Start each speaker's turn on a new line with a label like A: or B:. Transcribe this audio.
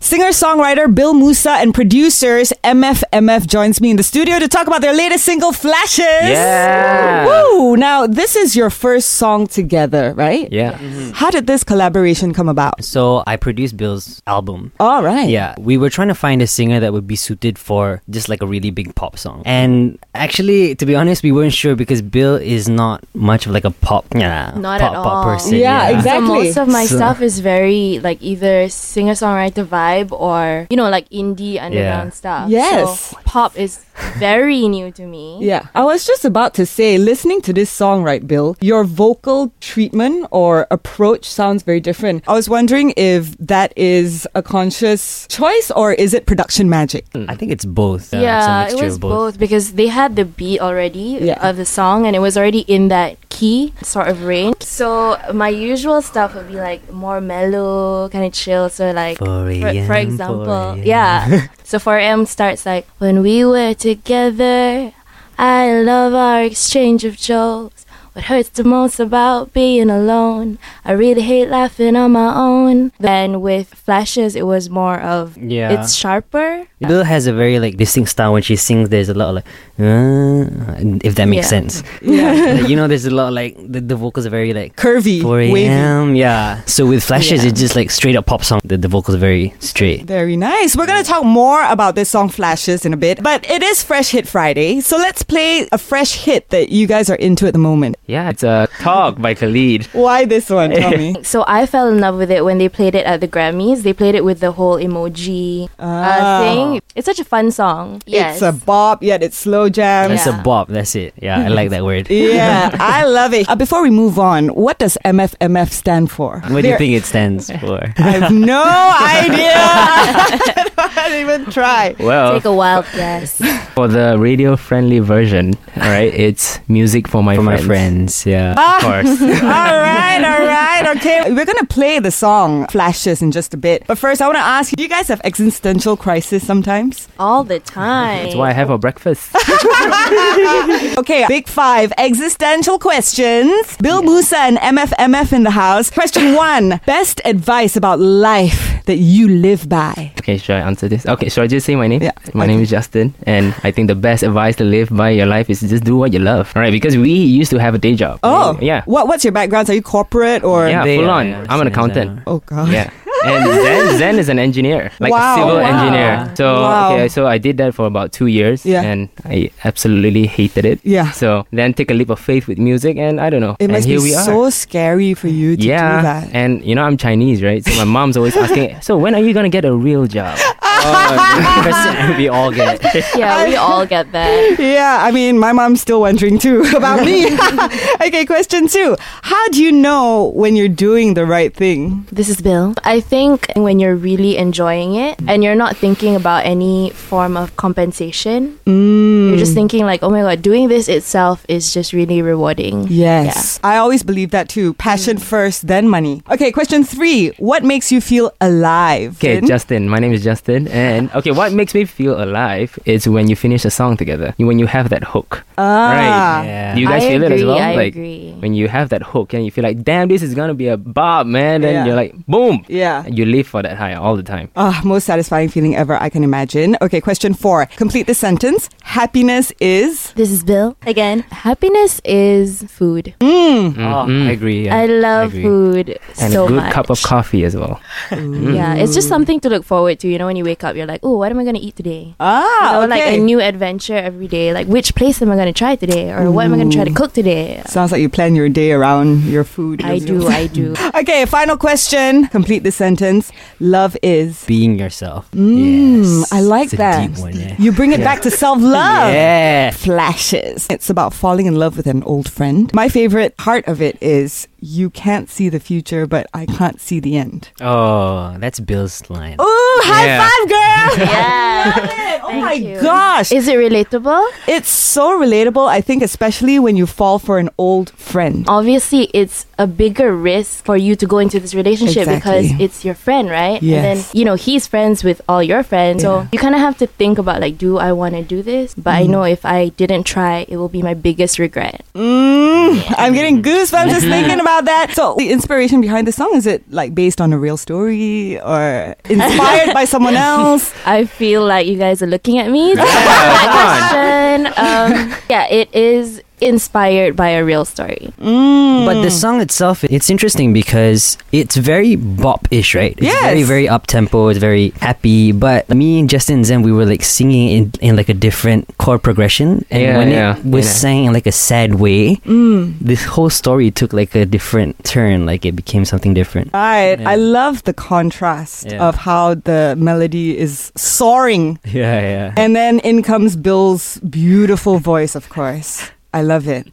A: Singer songwriter Bill Musa and producers MFMF joins me in the studio to talk about their latest single, Flashes.
B: Yeah.
A: Woo! Now, this is your first song together, right? Ah,
B: Yeah. Uh, Mm-hmm.
A: How did this collaboration come about? Ah.
B: So I produced Bill's album.
C: Uh.
A: All right.
B: Yeah, we were trying to find a singer that would be suited for just like a really big pop song. And actually, to be honest, we weren't sure because Bill is not much of like a pop, yeah,
C: Not
B: pop,
C: at
B: pop
C: all.
B: person.
A: Yeah, exactly.
C: So most of my
B: So-
C: stuff is very like either singer songwriter vibe or you know like indie underground stuff.
A: Yes.
C: So pop is very new to me.
A: Yeah. I was just about to say, listening to this song, right, Bill, your vocal treatment or approach sounds very different. I was wondering if that is a conscious choice or is it production magic?
B: I think it's both. Yeah, it's a
C: Yeah, it
B: mixture
C: was
B: of
C: both. because they had the beat already
A: Yeah.
C: of the song and it was already in that key sort of range. So my usual stuff would be like more mellow, kind of chill. So like
B: For
C: for, for
B: AM,
C: example,
B: for AM.
C: yeah. so 4M starts like when we were together, I love our exchange of jokes. What hurts the most about being alone? I really hate laughing on my own. Then with flashes, it was more of
B: Yeah.
C: it's sharper.
B: Bill has a very like distinct style when she sings. There's a lot of like, uh, if that makes
C: Yeah.
B: sense. Yeah, you know, there's a lot of, like the, the vocals are very
C: Uh,
B: like
A: Curvy,
B: 4
A: wavy.
B: a.m. Yeah. So with flashes, it's just like straight up pop song. The, the vocals are very straight.
A: Very nice. We're going to talk more about this song Flashes in a bit, but it is Fresh Hit Friday. So let's play a fresh hit that you guys are into at the moment.
D: Yeah, it's a talk by
B: Ah,
D: Khalid.
A: Why this one, Tommy?
C: So I fell in love with it when they played it at the Grammys. They played it with the whole emoji uh, thing. It's such a fun song.
A: Ah, It's a bop, yet it's slow jam.
B: That's
C: Yeah.
B: a bop. That's it. Yeah, I like that word.
A: Yeah, I love it. Uh, before we move on, what does MFMF stand for?
B: What do
A: There-
B: you think it stands for?
A: I have no idea. I didn't even try.
D: Well,
C: Take a wild guess.
D: for the radio friendly version, all right, it's music for my
B: for my
D: friends.
B: friends. Yeah,
A: Ah.
B: of course.
A: All right, all right, okay. We're going to play the song Flashes in just a bit. But first, I want to ask do you guys have existential crisis sometimes?
C: All the time.
D: That's why I have for breakfast.
A: Okay, big five existential questions. Bill Musa and MFMF in the house. Question one Best advice about life that you live by?
D: okay, should I answer this? Okay, should I just say my name?
A: Yeah,
D: My name is Justin, and I think the best advice to live by your life is just do what you love, all right? Because we used to have a day job.
A: Oh,
D: yeah.
A: What, what's your background? Are you corporate or? Ah,
D: Yeah,
B: They
D: full
B: are,
D: on.
B: yeah, same as
D: I'm an
B: I
D: accountant.
B: am.
A: Oh, God.
D: Yeah. And Zen, Zen is an engineer, like
A: Wow.
D: a civil
A: Wow.
D: engineer. So
A: Wow.
D: okay, so I did that for about two years,
A: Yeah.
D: and I absolutely hated it.
A: Yeah.
D: So then take a leap of faith with music, and I don't know.
A: It
D: and
A: must
D: here
A: be
D: we are.
A: so scary for you to do
D: yeah,
A: that.
D: and you know I'm Chinese, right? So my mom's always asking, "So when are you gonna get a real job?"
B: we all get. it.
C: Yeah, we all get that.
A: Yeah, I mean, my mom's still wondering too about me. okay, question two. How do you know when you're doing the right thing?
C: This is Bill. I think when you're really enjoying it and you're not thinking about any form of compensation, you're just thinking like, oh my god, doing this itself is just really rewarding.
A: Yes. I always believe that too. Passion first, then money. Okay, question three. What makes you feel alive?
D: Okay,
A: Vin?
D: Justin. My name is Justin, and okay, what makes me feel alive is when you finish a song together, when you have that hook.
A: Ah.
D: Right.
B: Yeah.
D: Do you guys
C: I
D: feel it as
C: agree,
D: well?
C: I
D: like
C: agree.
D: when you have that hook and you feel like, damn, this is gonna be a bob, man. Then
A: Yeah.
D: you're like, boom.
A: Yeah.
D: You live for that high all the time.
A: Ah, most satisfying feeling ever, I can imagine. Okay, question four. Complete the sentence. Happiness is.
C: This is Bill again. Happiness is food.
B: Oh, I agree. yeah.
C: I love
B: agree.
C: food
D: And
C: so
D: a good
C: much.
D: cup of coffee as well.
C: Yeah, it's
A: Mm.
C: just something to look forward to. You know, when you wake up, you're like, oh, what am I gonna eat today?
A: Ah,
C: So,
A: okay.
C: like a new adventure every day. Like, which place am I gonna try today, or what am I gonna try to cook today?
A: Sounds like you plan your day around your food.
C: I do, I do.
A: Okay, final question. Complete the sentence. Love is.
B: Being yourself.
A: Mm,
B: yes.
A: I like
B: it's
A: that. Ah.
B: A deep one, yeah.
A: You bring it back to self love.
B: yeah.
A: Flashes. It's about falling in love with an old friend. My favorite part of it is you can't see the future, but I can't see the end.
B: Oh, that's Bill's line.
A: Ooh, high
D: Yeah.
A: five, girl!
C: yeah.
A: Oh my
C: you.
A: gosh.
C: Is it relatable?
A: It's so relatable, I think, especially when you fall for an old friend.
C: Obviously, it's a bigger risk for you to go into this relationship
A: Exactly.
C: because it's your friend, right? And then,
A: Yes.
C: you know, he's friends with all your friends. So you kind of have to think about,
A: Mm-hmm.
C: like, do I want to do this? But I know if I didn't try, it will be my biggest regret.
A: Mm, Mm, I'm getting goosebumps just thinking about that. So, the inspiration behind the song is it like based on a real story or inspired by someone else?
C: I feel like you guys are looking at me. to answer that question. Um, yeah, it is inspired by a real story.
B: But
A: Hmm.
B: the song itself, it's interesting because it's very bop-ish, right? It's
A: Yes.
B: very, very up-tempo. It's very happy. But me and Justin and Zen, we were like singing in, in like a different chord progression. And
D: Yeah,
B: when
D: yeah,
B: it was
D: yeah.
B: sang in like a sad way,
A: Mm.
B: this whole story took like a different turn. Like it became something different.
A: Right.
B: Yeah.
A: I love the contrast
B: Yeah.
A: of how the melody is soaring.
B: Yeah, yeah.
A: And then in comes Bill's beautiful voice, of course. I love it.